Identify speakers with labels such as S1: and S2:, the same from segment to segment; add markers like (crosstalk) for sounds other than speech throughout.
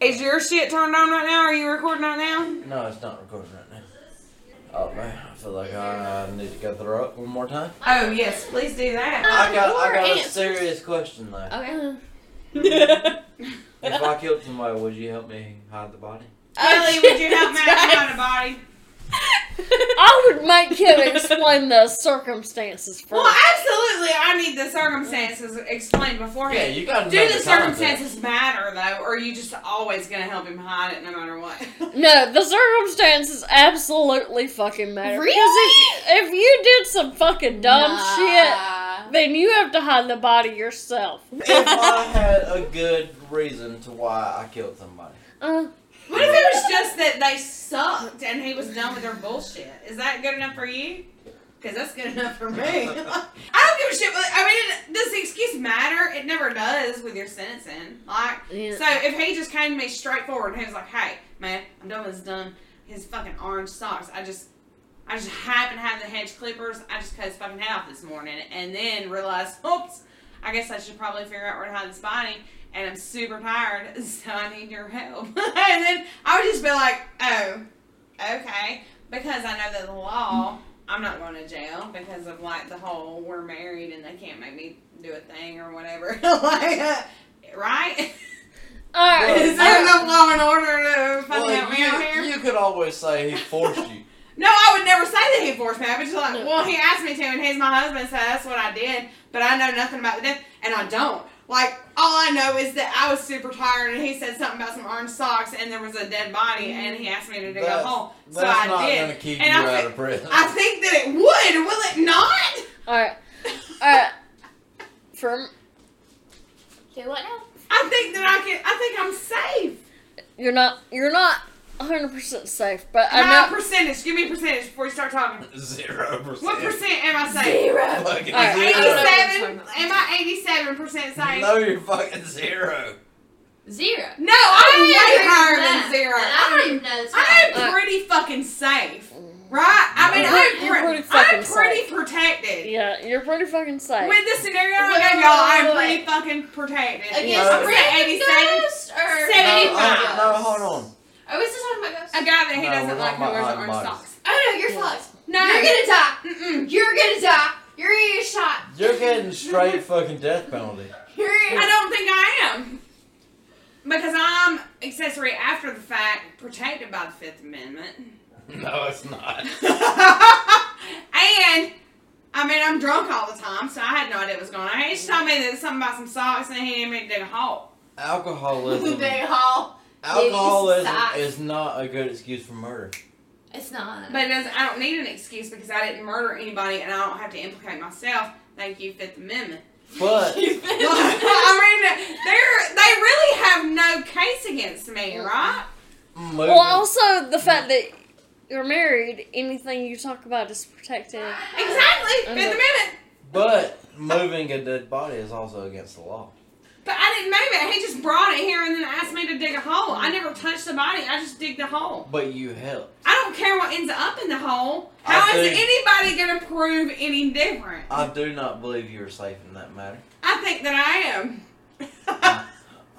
S1: Is your shit turned on right now? Are you recording right now?
S2: No, it's not recording right now. Oh man, I feel like I need to go throw up one more time.
S1: Oh yes, please do that.
S2: I got I
S3: Or
S2: got a
S3: ants.
S2: serious question though.
S3: Okay. Uh.
S1: (laughs)
S2: If I killed somebody, would you help me hide the body?
S1: Kelly, would you help me (laughs) out the body?
S3: (laughs) I would make him explain the circumstances first.
S1: Well, absolutely. I need the circumstances explained
S2: Yeah,
S1: beforehand.
S2: you got.
S1: Do the circumstances matter though, or are you just always gonna help him hide it no matter (laughs) what?
S3: No, the circumstances absolutely fucking matter.
S4: Really?
S3: Because if, if you did some fucking dumb shit, then you have to hide the body yourself.
S2: If I had a good reason to why I killed somebody,
S3: Uh,
S1: What if it was just that they sucked and he was done with their bullshit? Is that good enough for you? Because that's good enough for me. (laughs) I
S2: (laughs)
S1: don't give a shit. But, I mean, it, does the excuse matter? It never does with your sentencing. Like,
S3: yeah.
S1: so if he just came to me straight forward and he was like, "Hey, man, I'm done with this dumb his fucking orange socks. I just, I just happen to have the hedge clippers. I just cut his fucking head off this morning, and then realized, (laughs) oops, I guess I should probably figure out where to hide this body. And I'm super tired, (laughs) so I need your help. (laughs) and then I would just be like, oh, okay, because I know that the law." I'm not going to jail because of like the whole we're married and they can't make me do a thing or whatever. (laughs) like, uh, right?
S3: Alright.
S1: (laughs) Is there no law and order to fucking help me out
S2: Oh. well,
S1: here?
S2: you, you could always say he forced you.
S1: No, I would never say that he forced me. I'd be just like,
S3: No.
S1: well, he asked me to, and he's my husband, so that's what I did. But I know nothing about the death, and I don't. Like, all I know is that I was super tired, and he said something about some orange socks, and there was a dead body, and he asked me to dig a
S2: That's-
S1: hole. So
S2: That's
S1: I
S2: not
S1: did.
S2: gonna keep
S1: and
S2: you
S1: I,
S2: out
S1: thi-
S2: of prison.
S1: I think that it would. Will it not?
S3: Alright. Alright. From
S4: Do what now?
S1: I think that I can. I think I'm safe.
S3: you're not you're not 100% safe, but I
S1: How
S3: know
S1: percentage? Give me a percentage before you start talking.
S2: Zero percent.
S1: What percent am I safe?
S2: Fucking
S3: All right,
S1: Eighty
S3: I don't know
S2: zero.
S1: seven? Am I eighty seven percent safe?
S2: No, you're fucking zero.
S4: Zero.
S1: No, I'm
S4: ain't
S1: way
S4: even
S1: higher
S4: that.
S1: than zero.
S4: And I don't even know this.
S1: I
S3: Uh,
S1: am pretty fucking safe, right? I mean,
S2: You're
S1: I'm,
S3: you're
S1: pre-
S3: pretty fucking
S1: I'm pretty
S3: safe.
S1: protected.
S3: yeah, you're pretty fucking safe.
S1: With the scenario
S4: Wait,
S1: I gave
S4: wait,
S1: y'all,
S4: wait,
S1: I'm
S4: wait,
S1: pretty
S4: wait.
S1: fucking protected.
S4: Against
S1: I'm
S2: No.
S1: saying
S4: random
S1: 87.
S4: ghosts or
S1: No, Seventy
S2: no,
S1: five.
S2: uh, no, hold on.
S4: Are we still talking about
S1: A guy
S4: ghosts?
S1: that he
S2: No, we're
S1: doesn't like
S2: talking
S1: who wears
S2: about
S1: orange
S2: hiding
S1: socks.
S2: bodies.
S4: Oh no, you're fucked.
S1: No,
S4: You're gonna die.
S1: Mm-mm.
S4: You're gonna die. You're gonna get shot.
S2: You're getting straight fucking death penalty.
S4: You're
S1: I
S4: gonna.
S1: don't think I am. Because I'm accessory after the fact, protected by the Fifth Amendment.
S2: (laughs) No, it's not.
S1: and I mean, I'm drunk all the time, so I had no idea what was going on. He just told me that it's something about some socks and he didn't make dig a hole.
S3: (laughs)
S2: Alcoholism.
S4: Big hall.
S2: alcoholism
S4: Stop.
S2: is not a good excuse for murder.
S4: (laughs) It's not.
S1: But it doesn't, I don't need an excuse because I didn't murder anybody and I don't have to implicate myself. Thank you, Fifth Amendment.
S3: (laughs)
S2: But
S4: You've been-
S1: I mean, they're they really have no case against me, right?
S2: moving,
S3: Well, also the fact that you're married, anything you talk about is protected.
S1: Exactly, Fifth Amendment.
S2: but moving a dead body is also against the law.
S1: But I didn't move it. He just brought it here and then asked me to dig a hole. I never touched the body. I just dig the hole.
S2: But you helped.
S1: I don't care what ends up in the hole.
S2: I
S1: How is
S2: think-
S1: anybody going to prove any different?
S2: I do not believe you were safe in that matter.
S1: I think that I
S2: (laughs)
S1: am.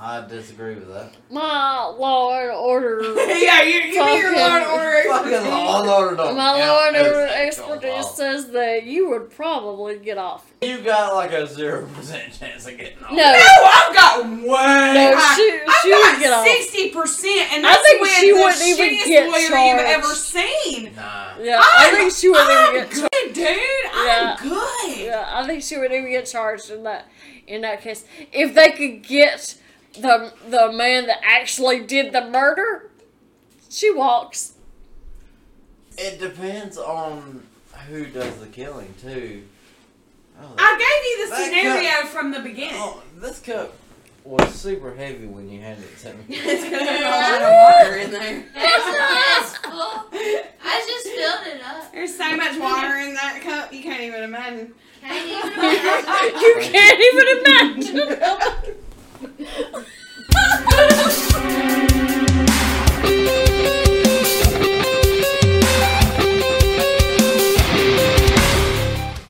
S2: I disagree with
S3: (laughs)
S2: that.
S3: My law and (laughs) order,
S1: yeah, you, you be your law and order
S2: Fucking
S1: expertise.
S2: law and order don't
S3: my
S2: count
S3: law and
S2: as
S3: order
S2: actual
S3: expertise
S2: law.
S3: says that you would probably get off.
S2: You got like a zero percent chance of getting off.
S3: No,
S1: No, I've got way
S3: No,
S1: high.
S3: she- she would
S1: I've
S3: get
S1: got
S3: off.
S1: sixty percent, and
S3: I
S1: that's
S3: think
S1: with
S3: she
S1: the
S3: wouldn't even
S1: shittiest
S3: get
S1: lawyer
S3: charged.
S1: you've ever seen.
S2: Nah.
S3: yeah, i think she would
S1: I'm
S3: even get. Char-
S1: good, dude. I'm
S3: Yeah.
S1: good.
S3: yeah, I think she would even get charged in that in that case if they could get the the man that actually did the murder. She walks.
S2: It depends on who does the killing too. Oh,
S1: I gave you the
S2: That
S1: scenario from the beginning.
S2: oh, this cup was super heavy when you handed it to me.
S1: it's gonna have a lot of water in there.
S4: There's no ass full. (laughs) I just filled it up.
S1: There's so much water in
S4: (laughs)
S1: that cup, you can't even imagine.
S4: Can't even
S3: you can't even imagine. (laughs)